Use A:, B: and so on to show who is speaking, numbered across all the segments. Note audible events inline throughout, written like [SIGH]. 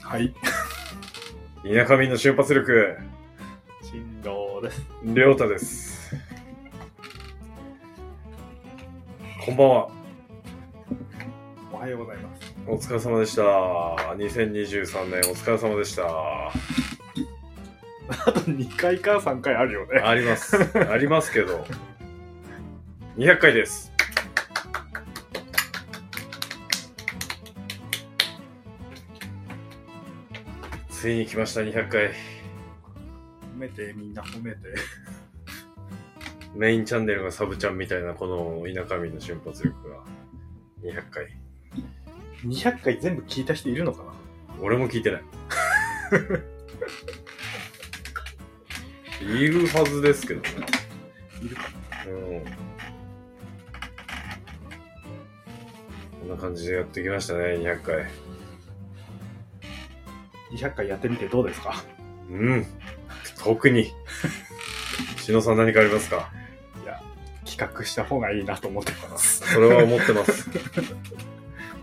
A: はい。
B: 田舎民の瞬発力、
A: 新郎です。
B: りょうたです。こんばんは。
A: おはようござい [LAUGHS] ます。
B: お疲れ様でした。2023年お疲れ様でした。
A: あと2回か3回あるよね。
B: あります。ありますけど。200回です。ついに来ました、200
A: 褒
B: 回。
A: めて、みんな褒めて。
B: メインチャンネルがサブちゃんみたいな、この田舎民の瞬発力が。200回。
A: 200回全部聞いた人いるのかな
B: 俺も聞いてない。いるはずですけどね。
A: いるか
B: うん。こんな感じでやってきましたね、200回。
A: ?200 回やってみてどうですか
B: うん。特に。しのさん何かありますか
A: 企画した方がいいなと思ってます。 [LAUGHS]
B: それは思って [LAUGHS] ます。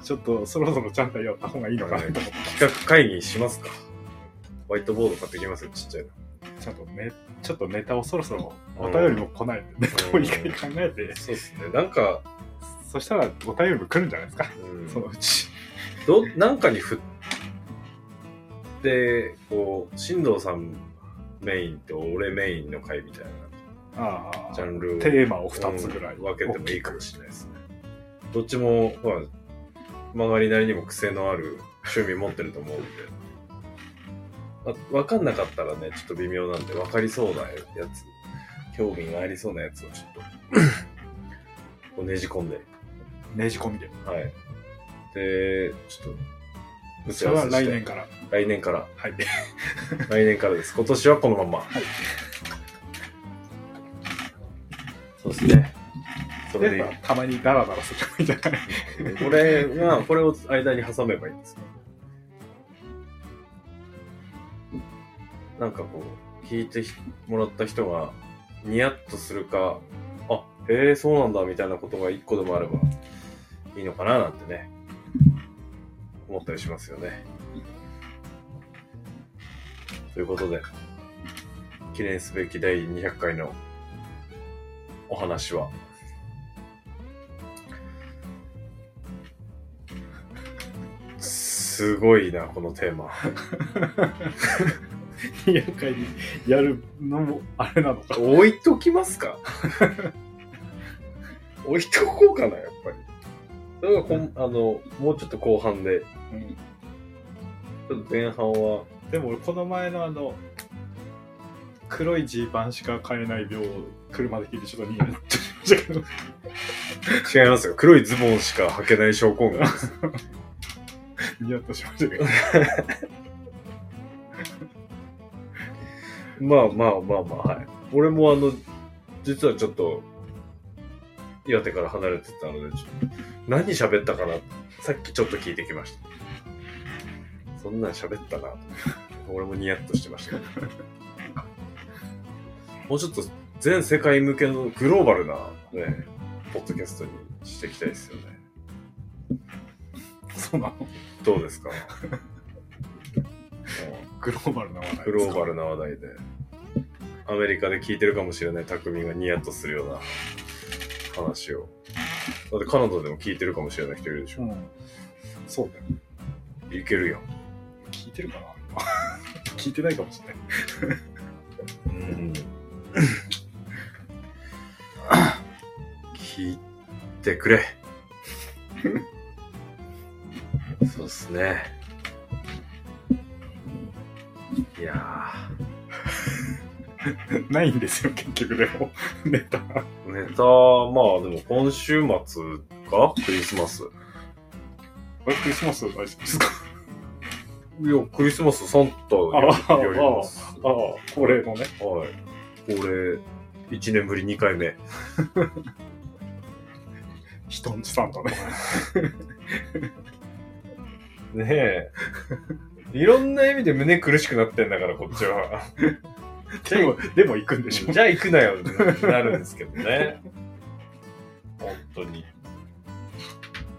A: ちょっとそろそろちゃんとやった方がいいのかなと思って。
B: 企画会議しますかホワイトボード買ってきますよ、ちっちゃいの。
A: ちょっとね、ちょっとネタをそろそろお便りも来ないんで、ネタを一回考えて、
B: そうですね。なんか、
A: そしたらお便りも来るんじゃないですか
B: うん、
A: そのうち。
B: ど、なんかに振って、こう、進藤さんメインと俺メインの回みたい
A: あ
B: な
A: あ、
B: ジャンルを
A: テーマを2つぐらい、
B: うん分けてもいいかもしれないですね。どっちも、まあ、曲がりなりにも癖のある趣味持ってると思うんで。あ分かんなかったらね、ちょっと微妙なんで、分かりそうなやつ、興味がありそうなやつをちょっ
A: [LAUGHS]
B: とこう、ねじ込んで、
A: ねじ込みで。
B: はい。で、ちょっと、打
A: そ
B: ち
A: れ
B: 合わ
A: は
B: せ
A: 来
B: して
A: 年から。
B: 来年から。
A: はい。
B: 来年からです。今年はこのまま。
A: はい
B: そうですね。それでい
A: で、たまにダラダラすればいいんじゃない
B: い。これは、これを間に挟めばいいんですよ。なんかこう、聞いてもらった人が、ニヤッとするか、あ、へえ、そうなんだ、みたいなことが一個でもあれば、いいのかな、なんてね、思ったりしますよね。ということで、記念すべき第200回のお話は、すごいな、このテーマ。
A: ?200 回にやるのもあれなのか。
B: 置いときます [LAUGHS] か置いとこうかな、やっぱり。だからこん、あの、もうちょっと後半で、ちょっと前半は、
A: でも俺この前のあの、黒いジーパンしか買えない秒を車で聞いてちょっとニヤッとしましたけど。
B: 違いますよ。黒いズボンしか履けない症候群です。
A: ニヤッとしましたけど。
B: まあまあまあまあ、はい。俺もあの、実はちょっと、岩手から離れてたので、ちょっと何喋ったかなさっきちょっと聞いてきました。そんなん喋ったな。俺もニヤッとしてましたけど。もうちょっと全世界向けのグローバルなね、ポッドキャストにしていきたいですよね。
A: そうなの
B: どうですかもう
A: グローバルな話題ですか
B: グローバルな話題で。アメリカで聞いてるかもしれない匠がニヤッとするような話を。だってカナダでも聞いてるかもしれない人いるでしょ。
A: うん。そうだよ。
B: いけるよ。
A: 聞いてるかな [LAUGHS] 聞いてないかもしれない。
B: うん。聞いてくれ。そうっすね。いや
A: ないんですよ、結局でも。ネタ。
B: ー、ネタ、まあでも今週末かクリスマス。
A: あれクリスマス大好きですか
B: いや、クリスマスサンタやります。
A: ああ、恒例のね。
B: はい。これ、1年ぶり2回目。
A: 人んちさんだね。
B: ねえ。いろんな意味で胸苦しくなってんだから、こっちは。
A: でも、でも行くんでしょ
B: [LAUGHS] じゃあ行くなよってなるんですけどね。本当に。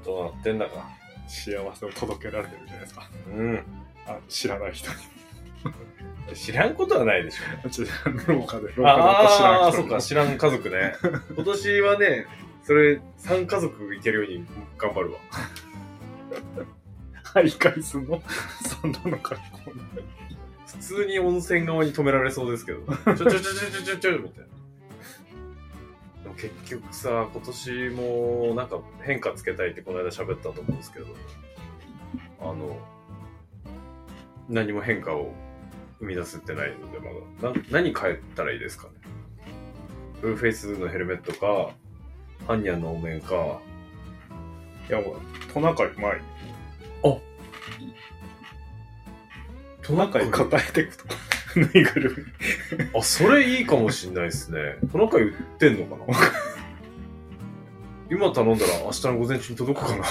B: どうなってんだか。
A: 幸せを届けられてるじゃないですか。
B: うん。
A: あ知らない人に。
B: 知らんことはないでしょ。
A: ちょっと廊下で、廊
B: ああ
A: 下
B: ー、
A: で
B: そ
A: 知
B: っ
A: らん人
B: か、知らん家
A: [LAUGHS]
B: 族ね。今年はね、それ、3家族いけるように頑張るわ。
A: 徘徊すんのそんなの格好な
B: 普通に温泉側に止められそうですけど。ちょちょちょちょちょちょちょ、みたいな。でも結局さ、今年もなんか変化つけたいってこの間喋ったと思うんですけど、あの、何も変化を生み出せてないので、まだ。な何変えたらいいですかね。ブルーフェイスのヘルメットか、ハンニャンのお面か、
A: いや、もう、トナカイうまい。
B: ト
A: トナカイ抱えてくとか、ぬいぐるみ。
B: あ、それいいかもしんないですね。トナカイ売ってんのかな [LAUGHS] 今頼んだら明日の午前中に届くかな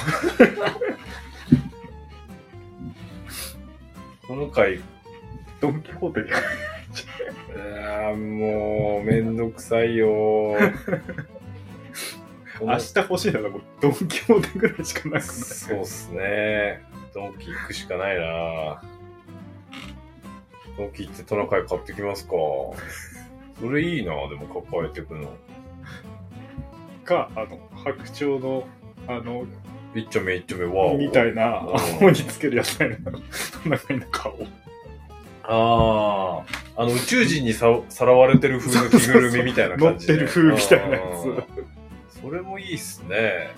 B: トナカイ、い
A: ドン・キホーテに。
B: やーもう、めんどくさいよー。
A: 明日欲しいなら、もうドン・キホーテぐらいしかなくない。
B: そうっすね。ドンキ行くしかないなドンキ行ってトナカイ買ってきますか。それいいなでも抱えてくの。
A: か、あの、白鳥の、あの、
B: 一丁目一丁目ワオ。
A: みたいな、
B: うん
A: 顎につけるやつやな。トナカイの顔。
B: ああ、あの宇宙人にささらわれてる風の着ぐるみみたいな感じで。
A: 乗ってる風みたいなやつ
B: あー。それもいいっすね。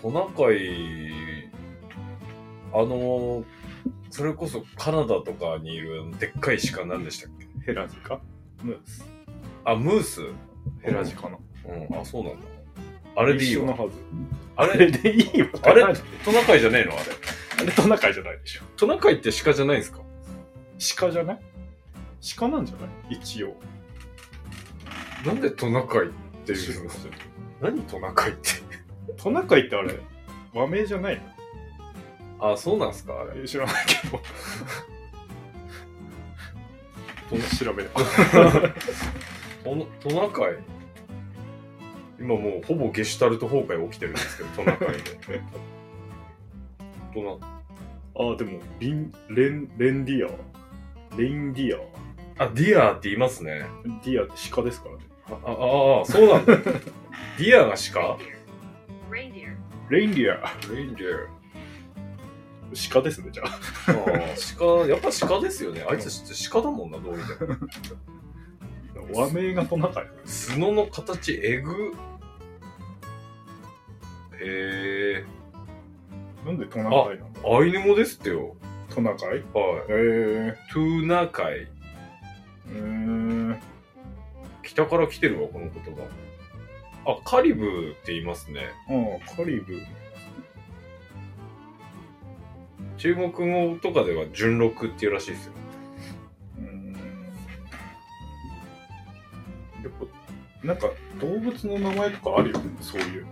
B: トナカイ、あの、それこそカナダとかにいるでっかい鹿なんでしたっけ
A: ヘラジかムース。
B: あ、ムース
A: ヘラジかな。
B: うん、あ、そうなんだ。あれでいい
A: 一緒
B: わ。
A: のはず。
B: あ
A: あ
B: れ、
A: れでいいわ。
B: あれ
A: あれ、
B: トナカイじゃねえのあれ。
A: あれトナカイじゃないでしょ。
B: トナカイって鹿じゃないんですか
A: 鹿じゃない鹿なんじゃない一応。
B: なんでトナカイっていうの何トナカイって。
A: トナカイってあれ、和名じゃない
B: あ、そうなんすかあれ。
A: の知らないけど。どん調べれば。
B: トナトナカイ今もうほぼゲシュタルト崩壊起きてるんですけど、トナカイで。ト
A: ああ、でも、リン、レン、レンディア。レインディア。
B: ナ、あ、ディアーって言いますね。
A: ディアって鹿ですからね。
B: あ、あああ、そうなんだ。ディアーが鹿
C: Reindeer. Reindeer.
A: レインディア。
B: レインディ
A: 鹿ですね、じゃあ。
B: ア。ああ、鹿、やっぱ鹿ですよね。あいつ鹿だもんな、どう見ても。
A: 和名がトナカイ。
B: 角の形、えぐ。へえ。
A: なんでトナカイなの
B: アイヌ語ですってよ。
A: トナカイ
B: はい。
A: えー、
B: トゥナカイ。
A: うーん。
B: 北から来てるわ、この言葉。あ、カリブって言いますね。
A: うん、カリブ。
B: 中国語とかでは純録っていうらしいですよ。
A: うーん。やっぱ、なんか、動物の名前とかあるよね、そういう。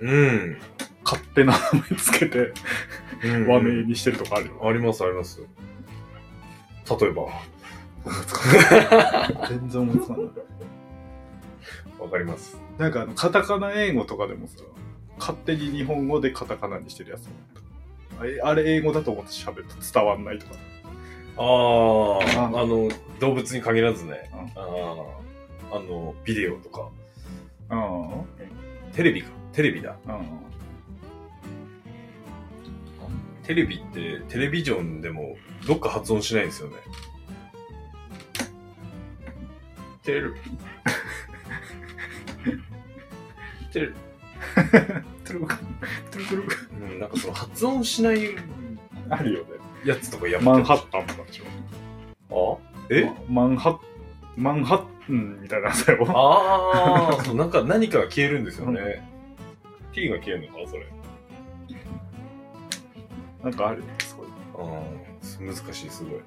B: うん。
A: 勝手な名前つけて、和名にしてるとかあるよ。
B: あります、あります。例えば。
A: 全然思いつかない。
B: わかります。
A: なんかあの、カタカナ英語とかでもさ、勝手に日本語でカタカナにしてるやつあれあれ英語だと思って喋った伝わんないとか。
B: ああ、あ
A: あ
B: の、動物に限らずね。ああ、あの、ビデオとか。
A: うん。うん。
B: テレビか。テレビだ。テレビって、テレビジョンでも、どっか発音しないんですよね。テレ、テレ、
A: トゥルク、トゥルクルク。
B: うん、なんかその発音しない
A: あるよね。
B: やつとかやって
A: マンハッタンとかでしょ。
B: あえ、
A: マンハッ、マンハッタンみたいなやつだよ。
B: ああ、そう、なんか何かが消えるんですよね。T が消えるのかそれ。
A: なんかあるよね、すごい。
B: うん、難しい、すごい。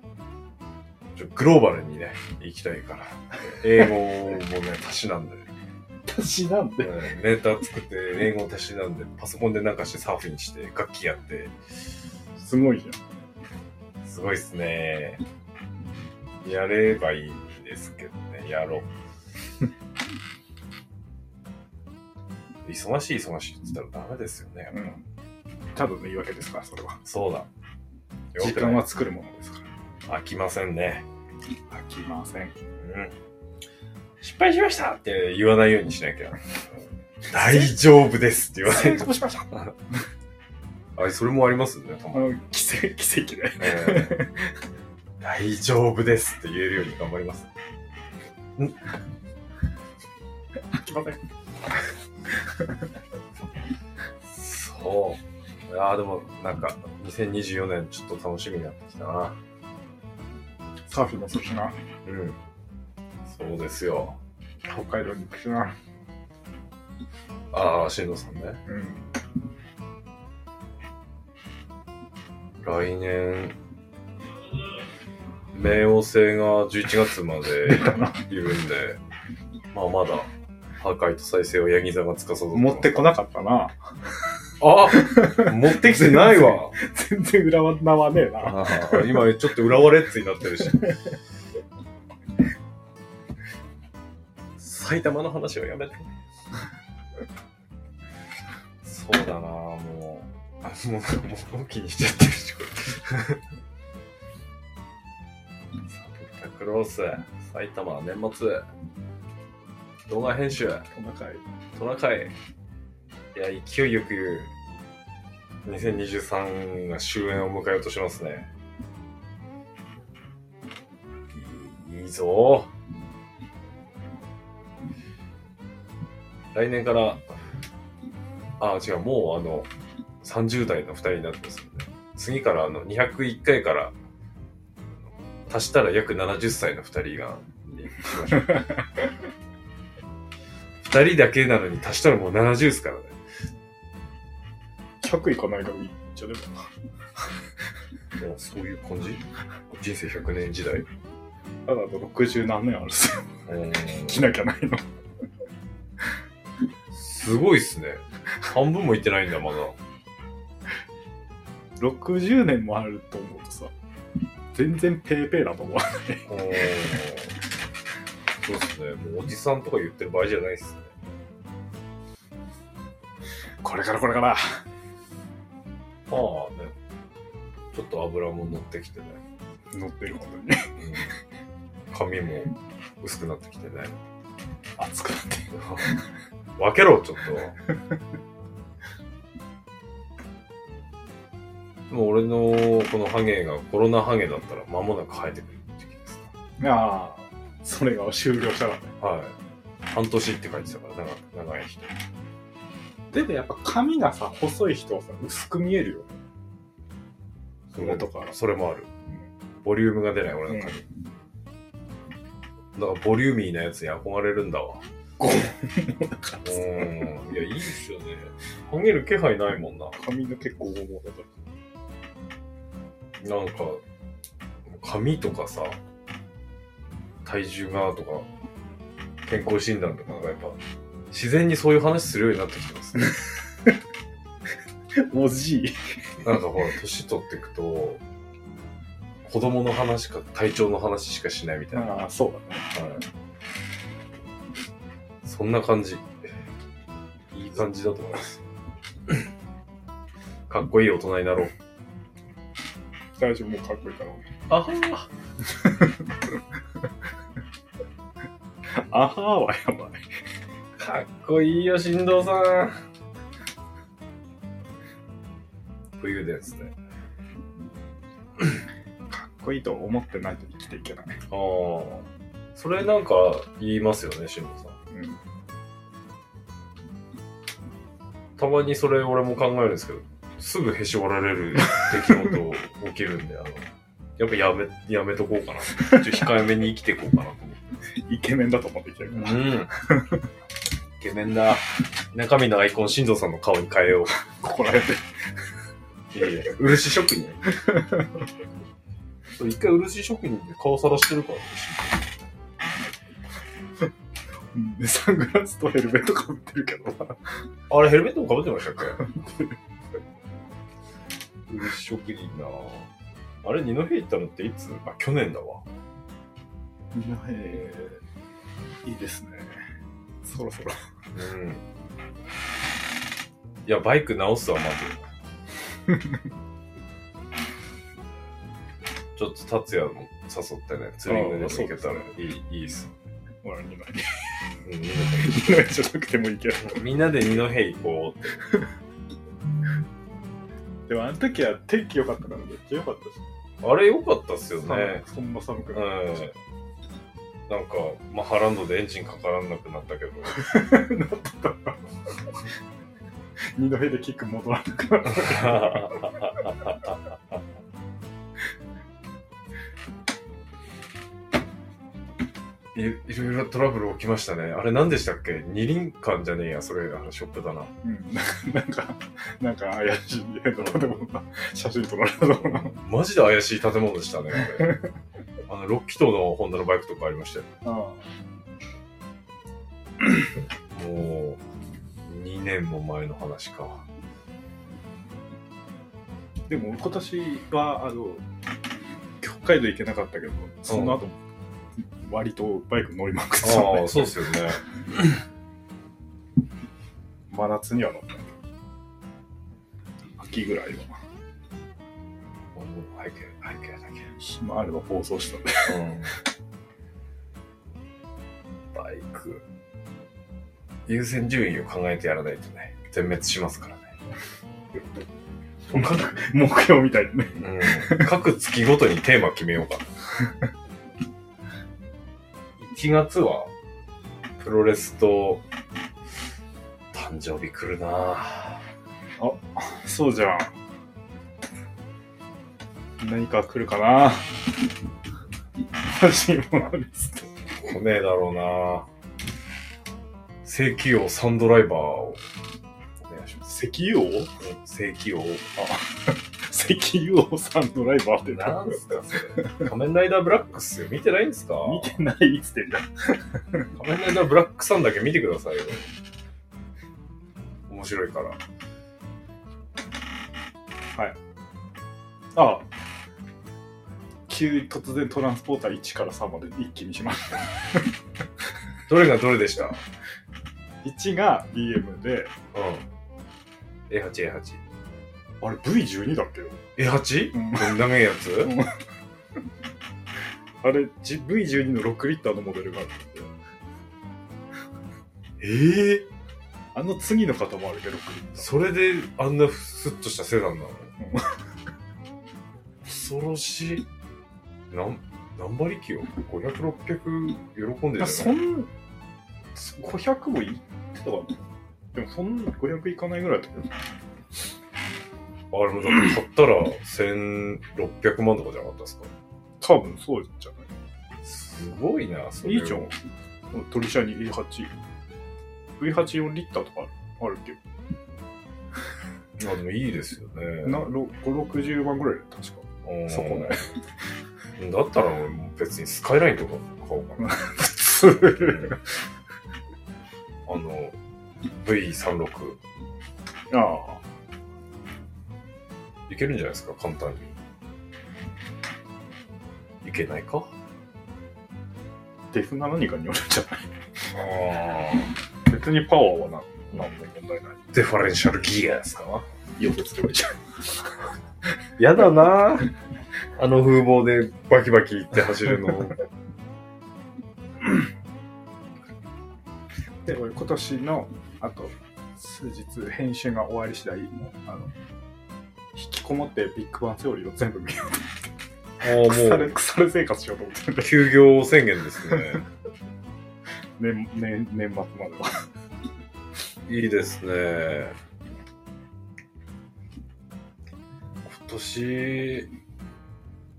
B: ちょグローバルにね、行きたいから。英語もね、たしなんで、
A: 私なんで。
B: うんネタ作って、英語をたしなんで、パソコンでなんかしてサーフィンして、楽器やって、
A: すごいじゃん。
B: すごいっすね。やればいいんですけどね、やろう。忙しい忙しいって言ったらダメですよね、やっぱ
A: うん。ただの言い訳ですから、それは。
B: そうだ。
A: 時間は作るものですか
B: 飽きませんね。
A: ら。飽きま [LAUGHS] せん。
B: うん。失敗しましたって言わないようにしなきゃ。大丈夫ですって言わないと。
A: うしました。
B: あ、それもありますね、た
A: あ
B: まに。
A: の、奇跡、奇跡で。
B: えー大丈夫ですって言えるように頑張ります。
A: 飽きません。
B: そう。ああ、でも、なんか、2024年ちょっと楽しみになってきたな。
A: サーフィンもするしな。
B: うん。そうですよ。
A: 北海道に行くしな。
B: ああ、しんどさんね。
A: うん。
B: 来年、冥王星が11月までいるんで、 [LAUGHS] まあまだ、破壊と再生をヤギ座が司ってます
A: 持ってこなかったな。
B: あ持ってきてないわ。
A: 全然裏技はねえな。
B: ああ今ちょっと浦和レッズになってるし。埼玉の話はやめて。そうだなもう。あ、もう、もう気にしちゃってるし、これ。サンタクロース、埼玉、年末、動画編集、
A: お腹い。
B: トナカイ。いや、勢いよく、2023が終焉を迎えようとしますね。いいいぞ。来年から、あ、違う、もうあの、30代の2人になってますよね。次からあの、201回から、足したら約70歳の2人が、にしましょう。2人だけなのに足したらもう70ですからね。
A: 100いかないからいい。じゃあでも。
B: もうそういう感じ人生100年時代。
A: ただあと60何年あるっすよ。
B: うーん
A: 着なきゃないの。
B: すごいっすね。半分もいってないんだ、まだ。
A: 60年もあると思うとさ、全然ペーペーだと思う。
B: おーそうですね。もうおじさんとか言ってる場合じゃないっすね。
A: これからこれから。
B: まあね。ちょっと油も乗ってきてね。
A: 乗ってる、本当に。
B: うん髪も薄くなってきてね。 [LAUGHS]
A: 熱くなって。
B: 分けろ、ちょっと。でも俺のこのハゲがコロナハゲだったら間もなく生えてくる時期です
A: ああ、それが終了したからね。
B: か。はい。半年って書いてたから、長長い人。
A: でもやっぱ髪がさ、細い人はさ、薄く見えるよね。
B: それ
A: とか
B: それもある。ボリュームが出ない俺の髪。だからボリューミーなやつに憧れるんだわ。
A: ゴン
B: うーん。いや、いいっすよね。ハゲる気配ないもんな。
A: 髪の毛ゴーゴーだと。
B: なんか、髪とかさ、体重がとか、健康診断とかがやっぱ、自然にそういう話するようになってきてますね。
A: おじい。
B: なんかほら、年取っていくと、子供の話か体調の話しかしないみたいな。
A: ああ、そうだね。
B: はい。そんな感じ。いい感じだと思い [LAUGHS] ます。かっこいい大人になろう。
A: 大丈夫、もうかっこいいから。
B: あは
A: あはーはやばい。
B: かっこいいよ、新藤さん。冬ですね。
A: かっこいいと思ってないと生きていけない。
B: ああ。それなんか言いますよね、新藤さん。
A: うん。
B: たまにそれ俺も考えるんですけど、すぐへし折られる出来事起きるんで、あの、やっぱやめ、やめとこうかな。ちょっと控えめに生きていこうかなと思って。
A: イケメンだと思って生きてるから。
B: うん。イケメンだ。中身のアイコン、新藤さんの顔に変えよう。
A: ここら辺で。
B: いやいや、漆職人。 [LAUGHS] そう一回漆職人で顔さらしてるから、
A: うんでサングラスとヘルメットかぶってるけどな。
B: [LAUGHS] あれヘルメットも被ってましたっけ
A: 漆職人な
B: あれ、二戸行ったのっていつあ、去年だわ。
A: みんな、えーいいですね。そろそろ。
B: うん。いや、バイク直すわ、まず。 [LAUGHS] ちょっと達也も誘ってね、釣りングでも行けたらいい、いいっす。
A: ほら、2枚。 [LAUGHS]
B: うん
A: 2枚じゃなくてもいいけど。
B: みんなで二戸行こうって。
A: でも、あの時は天気良かったからめっちゃ良かったし。
B: あれ良かったっすよね。
A: 寒くそんな寒く
B: うん
A: なかったし。。
B: なんか、マハランドでエンジンかからなくなったけど。
A: 二のでキック戻らなくなった。
B: [LAUGHS] いいろいろトラブル起きましたね。あれ何でしたっけ二輪館じゃねえや。それ、あのショップだな。
A: うん、なんか、なんか怪しいんだけど、でもな、写真撮られたのかな。
B: マジで怪しい建物でしたね。あ [LAUGHS] れあの、6気筒のホンダのバイクとかありましたよ。
A: あ
B: もう、2年も前の話か。
A: あでも、今年は、あの、北海道行けなかったけど、その後、割とバイク乗りまくってたん
B: あ
A: で
B: あ、、そうですよね。
A: 真夏には乗った。秋ぐらいは、
B: 背景、背景だけ。
A: 暇あれば放送したんで。
B: バイク。優先順位を考えてやらないとね、全滅しますからね。
A: 目標みたいにね。
B: うん、各月ごとにテーマ決めようかな。1月は、プロレスと、誕生日来るなぁ
A: そうじゃん。何か来るかな [LAUGHS] 欲しいものです。
B: 来ねえだろうなぁ正規王サンドライバーを、お願いします。
A: 石油王
B: うん正規王。
A: 石油王さんドライバーって
B: なんすかそれ。仮面ライダーブラックっすよ。見てないんすか
A: 見てないっつってんだ。
B: 仮面ライダーブラックさんだけ見てくださいよ。面白いから。
A: あ急に突然トランスポーター1から3まで一気にしました。
B: どれがどれでしたうん。
A: 1が BM で、
B: A8、A8。
A: あれ V12 だっけよ。
B: A8?
A: うん
B: この長いやつ、
A: んあれ、G- V12 の6リッターのモデルがあるんだって
B: ええ
A: あの次の方もあるけど、6リッター。
B: それであんなスッとしたセダンなの
A: うん
B: 恐ろしい。なん何馬力よ ?500、600喜んでる
A: あ
B: よ
A: そん、500もいってたかな。でもそんな500いかないぐらいだったけど。
B: あれもだって買ったら1600万とかじゃなかったですか
A: 多分そうじゃない。
B: すごいな、それ
A: い
B: はい
A: じゃん。鳥車に A8。V84 リッターとかあるあるっけど。
B: あでもいいですよね。
A: な、ろ5、60万ぐらいだよ確か。
B: うん
A: そこね。
B: だったら俺も別にスカイラインとか買おうか
A: [LAUGHS]
B: な。
A: 普
B: [LAUGHS]
A: 通。
B: あの、V36。
A: ああ。
B: いけるんじゃないですか、簡単に。いけないか
A: デフな何かによるんじゃない
B: あ
A: 別にパワーはな、なんも問題ない。
B: デファレンシャルギアですか
A: 予別すればいいじゃん。
B: やだなあの風貌でバキバキいって走る
A: [LAUGHS]
B: の。
A: で、俺今年の、あと、数日編集が終わり次第、もう、あの、引きこもってビッグバンセオリーを全部見よう。腐 [LAUGHS]
B: ああ、も
A: れ、
B: う、
A: 腐れ生活しようと思ってるんで、
B: 休業宣言ですね。
A: 年、年、年末までは。
B: いいですね。今年、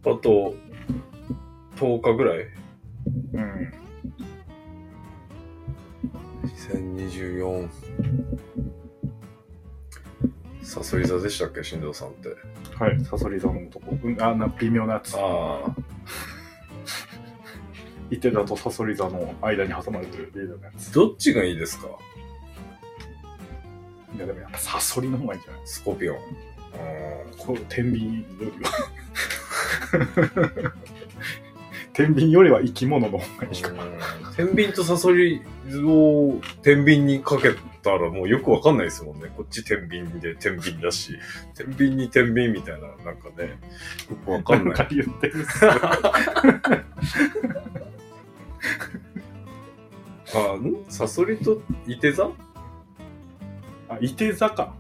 B: あと10日ぐらい
A: うん。
B: ?2024。サソリ座でしたっけ、新藤さんって。
A: はい、サソリ座の男。うん、あな微妙なやつ。
B: ああ、
A: イテダとサソリ座の間に挟まれてるリーダーのやつ。
B: どっちがいいですか
A: いや、でもやっぱサソリの方がいいんじゃない
B: スコーピオン。あ
A: こう天秤よりは [LAUGHS] 天秤よりは生き物の方がいいか
B: 天秤とサソリを天秤にかけたらもうよくわかんないですもんね。こっち天秤で天秤だし、天秤に天秤みたいな、なんかね、よくわかん
A: な
B: なん
A: か
B: い。
A: 言ってる
B: あ、んサソリとイテザ
A: あいて座
B: [LAUGHS]
A: か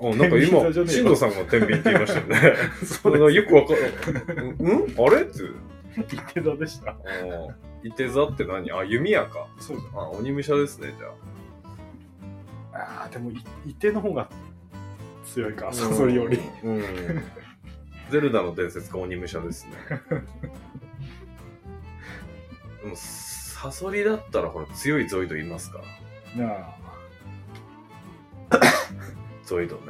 B: あなんか今
A: 天秤座じゃ、ねえ
B: 進
A: よ
B: 藤さんが天秤って言いましたよね。
A: そ
B: なんかよく
A: わ
B: わ
A: [LAUGHS]
B: かんない。 [LAUGHS] んあれって。
A: いて座でした
B: あーイテザって何あ、弓矢か。
A: そうだ
B: あ、鬼武者ですね、じゃあ。
A: あーでもいいての方が強いかサソリより
B: うん。うんゼルダの伝説か鬼武者で
A: [LAUGHS]
B: すね。でも、サソリだったらほら強いゾイドいますから。
A: なあ
B: ゾイドね。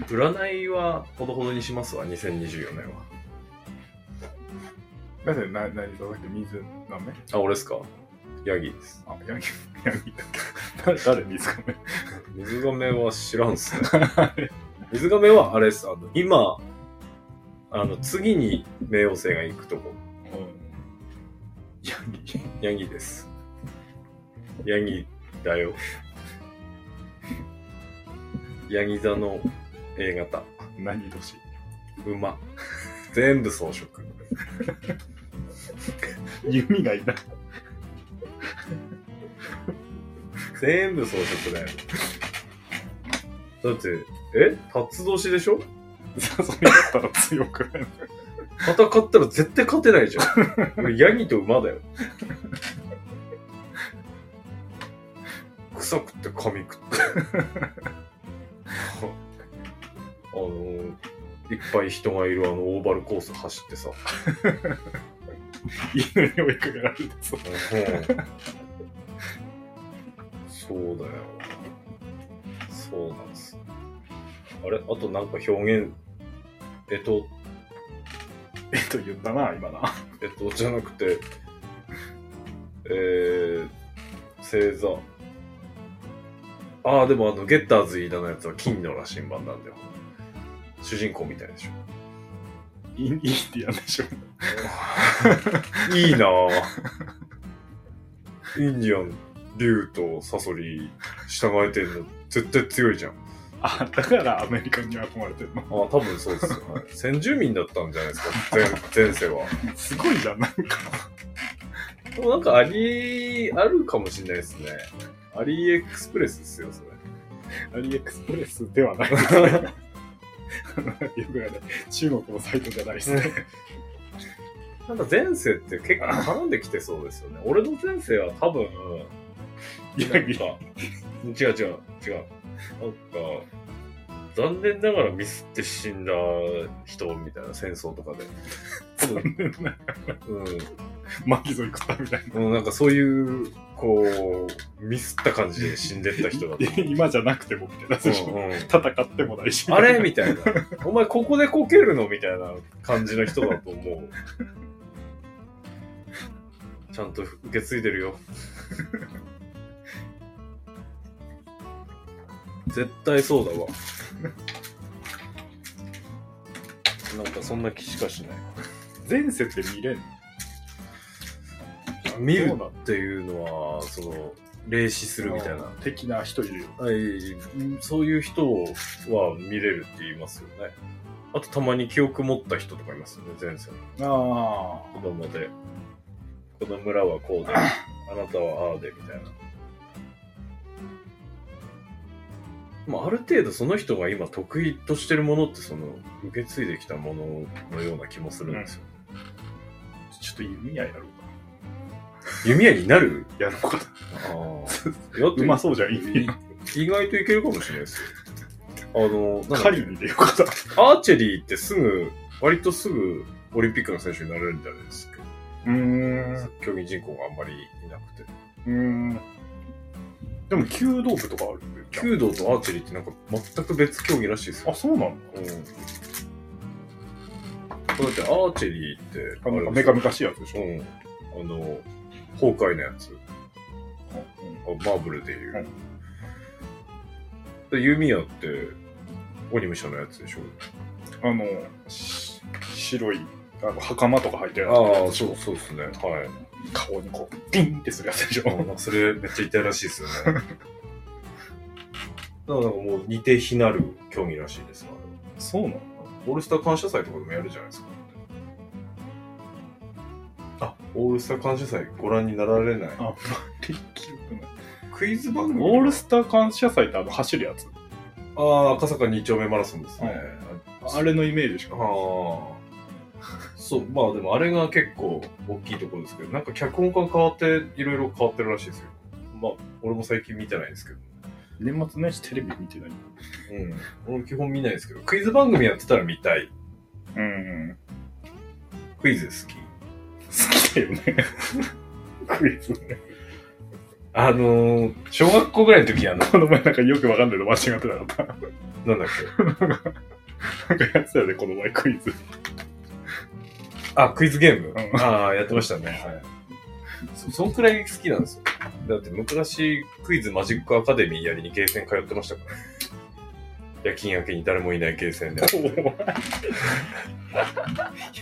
B: 占いはほどほどにしますわ、2024年は。
A: なんでな何座だっけ水なめ
B: あ、俺ですかヤギです。
A: あヤギヤギだっけ誰水かめ
B: 水亀は知らんっす
A: [LAUGHS]
B: ね。水亀はあれです。あの、今、あの、次に冥王星が行くとこ。
A: ヤギ
B: ヤギです。ヤギだよ。ヤギ座の A 型。
A: 何年
B: 馬。全部装飾。
A: 弓がいない
B: 全部装飾だよ。だって、え辰年でしょ
A: サソリだったら強くない
B: 戦ったら絶対勝てないじゃん。俺ヤギと馬だよ。臭くって髪食って。あのー、いっぱい人がいるあのオーバルコース走ってさ。
A: 犬に追いかけられてそう
B: そうだよ。そうなんです。あれあとなんか表現、えっと、
A: えっと言ったな今な
B: えっと、じゃなくて、えー、星座。ああ、でもあの、ゲッターズ飯田のやつは金の羅針盤なんだよ。主人公みたいでしょ。
A: インインディアンでしょ
B: いいな [LAUGHS] ぁ。インディアン、竜とサソリ従えてるの絶対強いじゃん。
A: あだからアメリカに憧れてるの
B: ああ、多分そうですよ、はい先住民だったんじゃないですか、前前世は。
A: すごいじゃんなんか
B: でもなんかあり、あるかもしれないですね。アリエクスプレスですよ、それ。
A: アリエクスプレスではないですねよくある中国のサイトじゃないですね
B: [LAUGHS] なんか前世って結構絡んできてそうですよね。俺の前世は多分、な
A: ヤ
B: ん
A: ギ
B: か、違う違う違う。なんか、残念ながらミスって死んだ人みたいな戦争とかで。多分、
A: 巻き添え食ったみたい
B: うん。うん、なんかそういう、こう、ミスった感じで死んでった
A: [LAUGHS]
B: 人だった。
A: な今じゃなくてもみたいなそうでしょ
B: うんうん
A: 戦ってもないし
B: あれみたいな。お前ここでこけるのみたいな感じの人だと思う。ちゃんと受け継いでるよ。絶対そうだわ。なんかそんな気しかしない。
A: 前世って見れんの
B: 見る
A: どうなの
B: っていうのは、その、霊視するみたいな。
A: 的な人いるよ
B: はい、そういう人は見れるって言いますよね。あとたまに記憶持った人とかいますよね、前世の。
A: あ
B: 子供で、この村はこうで、あなたはああで、みたいな。まあ、ある程度その人が今得意としてるものってその受け継いできたもののような気もするんですよ。
A: あちょっと弓矢やろうか
B: 弓矢になる
A: やろうか
B: あ
A: うまそうじゃん
B: い
A: 弓
B: 意外といけるかもしれないですよ。あの、なんだっ
A: 狩
B: け
A: りに出ようか
B: アーチェリーってすぐ、割とすぐオリンピックの選手になれるんじゃないですか。
A: なうー
B: 競技人口があんまりいなくて。
A: うんでも弓道部とかあるんだよ
B: 弓道とアーチェリーってなんか全く別競技らしいですよ
A: あ。そうなの
B: うん。だってアーチェリーっ
A: あ
B: て、
A: なんか
B: あ
A: メ
B: れ
A: カメカしいやつでしょ、
B: うん。あの、崩壊のやつ。あマーブルでいう。
A: はい
B: で弓矢って、鬼武者のやつでしょ
A: あの、し白い、あの、袴とか履いてるやつ
B: ああ、そうそうですね。はい。
A: 顔にこう、ピンってするやつでし
B: あ
A: ょ。
B: なんかそれめっちゃ痛いらしい [LAUGHS] ですよね。だからなんかもう似て非なる競技らしいですわ。
A: そうなの
B: オールスター感謝祭とかでもやるじゃないですか。あ、オールスター感謝祭ご覧になられない。
A: あんまり記憶ない。
B: クイズ番組
A: オールスター感謝祭ってあの、走るやつ。
B: ああ、赤坂二丁目マラソンですね。
A: はいあれのイメージしか
B: あ
A: ない。
B: あ。そう、まあでもあれが結構大きいところですけど、なんか脚本家変わっていろいろ変わってるらしいですよ。まあ、俺も最近見てないですけど。
A: 年末年始テレビ見てない。
B: うん。俺も基本見ないですけど、クイズ番組やってたら見たい。
A: うん。
B: クイズ好き。
A: 好きだよね。 [LAUGHS] クイズね。
B: あのー、小学校ぐらいの時あの、
A: この前なんかよくわかんないの間違ってなかっ。
B: なんだった
A: なんかやってたよね、この前クイズ。
B: け。あ、クイズゲーム。
A: うん
B: ああ、やってましたね。はい。そ、そんくらい好きなんですよ。だって昔、クイズマジックアカデミーやりにゲーセン通ってましたから、ね。夜勤明けに誰もいないゲーセンで。
A: 怖い。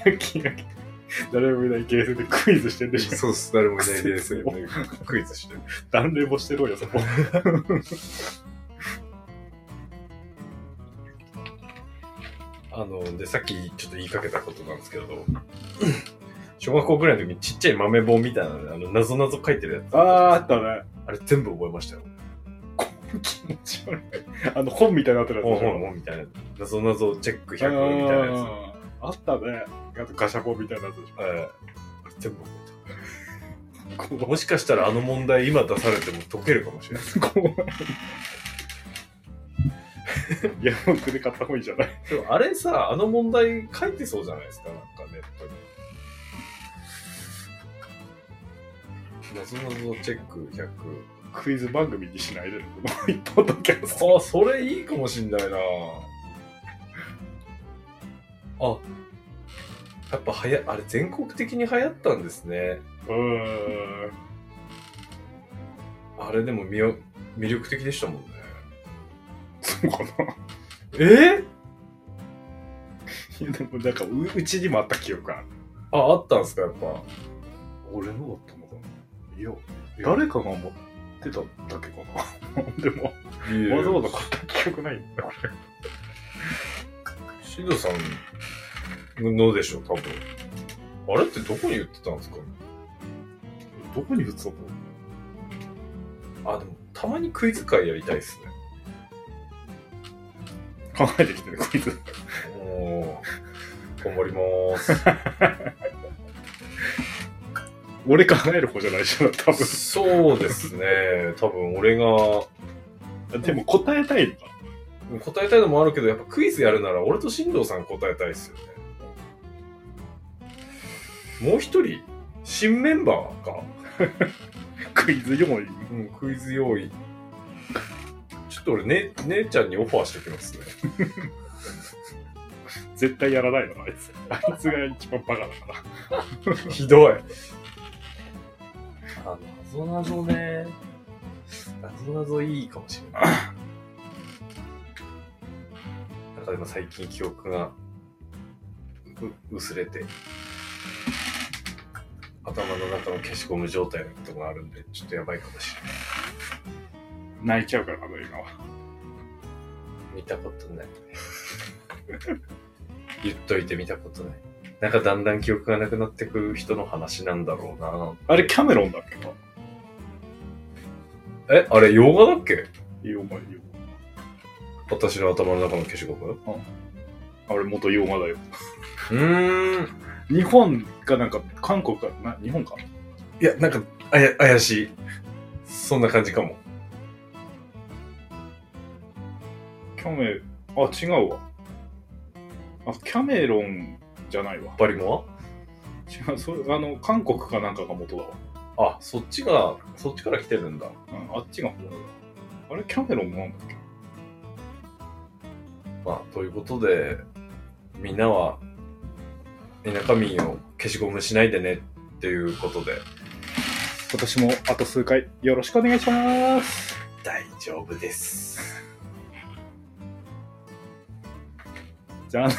A: 夜勤明け。誰もいないゲーセンでクイズしてん [LAUGHS] でしょ。
B: そうっす、誰もいないゲーセンでクイズしてる。
A: 断冷もしてろよ、そこ。
B: あの、で、さっきちょっと言いかけたことなんですけど、小学校ぐらいの時にちっちゃい豆本みたいなの、あの、なぞなぞ書いてるやつ。
A: [LAUGHS] ああ、あったね。
B: あれ全部覚えましたよ。
A: 気持ち悪い。あの、本みたいになってるやつで
B: おう
A: しょ。
B: おうおうみたいな。なぞなぞチェック
A: あ
B: 100みたいなや
A: ー
B: つ。
A: あったね。あとガシャポンみたいなやつでし
B: ええ全部覚えた
A: ょ。
B: もしかしたらあの問題今出されても解けるかもしれない。
A: 怖い。 [LAUGHS] いや、もうで買った方がいいじゃない。
B: でもあれさ、あの問題書いてそうじゃないですか、なんかネットに。謎謎チェック100。
A: クイズ番組にしないで。一方だけど。
B: あ、それいいかもしんないなあ、やっぱはや、あれ全国的に流行ったんですね。
A: うーん。
B: あれでもみよ魅力的でしたもんね。
A: そうかな。
B: え
A: いやでもなんかううちにもあった記憶ある
B: あ、あったんすか、 [LAUGHS] やっぱ。
A: 俺のだったのかないや誰かが持ってただけかな [LAUGHS] でもわざわざ買った記憶ないんだ俺
B: シドさんのでしょ、多分。あれってどこに売ってたんですか
A: どこに売ってたの
B: あ、でも、たまにクイズ会やりたいですね。
A: 考えてきてるクイズ
B: おー頑張りまーす。
A: 俺考える方じゃないじゃん多分
B: そうですね。多分、俺が、
A: [LAUGHS] でも答えたいのか
B: 答えたいのもあるけど、やっぱクイズやるなら、俺と進藤さん答えたいですよね。もう一人新メンバーか。
A: クイズ4位
B: うん、クイズ用意。ちょっと俺、ね、姉ちゃんにオファーしてきますね。
A: 絶対やらないのあいつあいつが一番バカだから
B: [LAUGHS] ひどい。あ、謎謎ね。謎謎いいかもしれない。なんか今最近記憶がう薄れて、頭の中の消しゴム状態のことがあるんで、ちょっとやばいかもしれない。
A: 泣いちゃうからあの映画は
B: 見たことない。 [LAUGHS] 言っといて見たことない。なんかだんだん記憶がなくなってくる人の話なんだろうな。
A: あれキャメロンだっけか
B: え、あれ、洋画だっけ
A: 洋画洋
B: 私の頭の中の消しゴム
A: 画あれ元洋画だよ
B: うーん。
A: 日本かなんか韓国かな日本か
B: いや、なんか、あや、怪しい。そんな感じかも。
A: キャメ、あ、違うわ。あ、キャメロンじゃないわ。
B: バリモ
A: 違う、それ、あの、韓国かなんかが元だわ。
B: アあ、そっちが、そっちから来てるんだ。
A: うん、あっちが元だわ。あれ、キャメロンなんだっけ
B: まあ、ということで、みんなは、田舎民を消しゴムしないでね、っていうことで。
A: 今年もあと数回よろしくお願いします。
B: 大丈夫です。
A: じゃあね。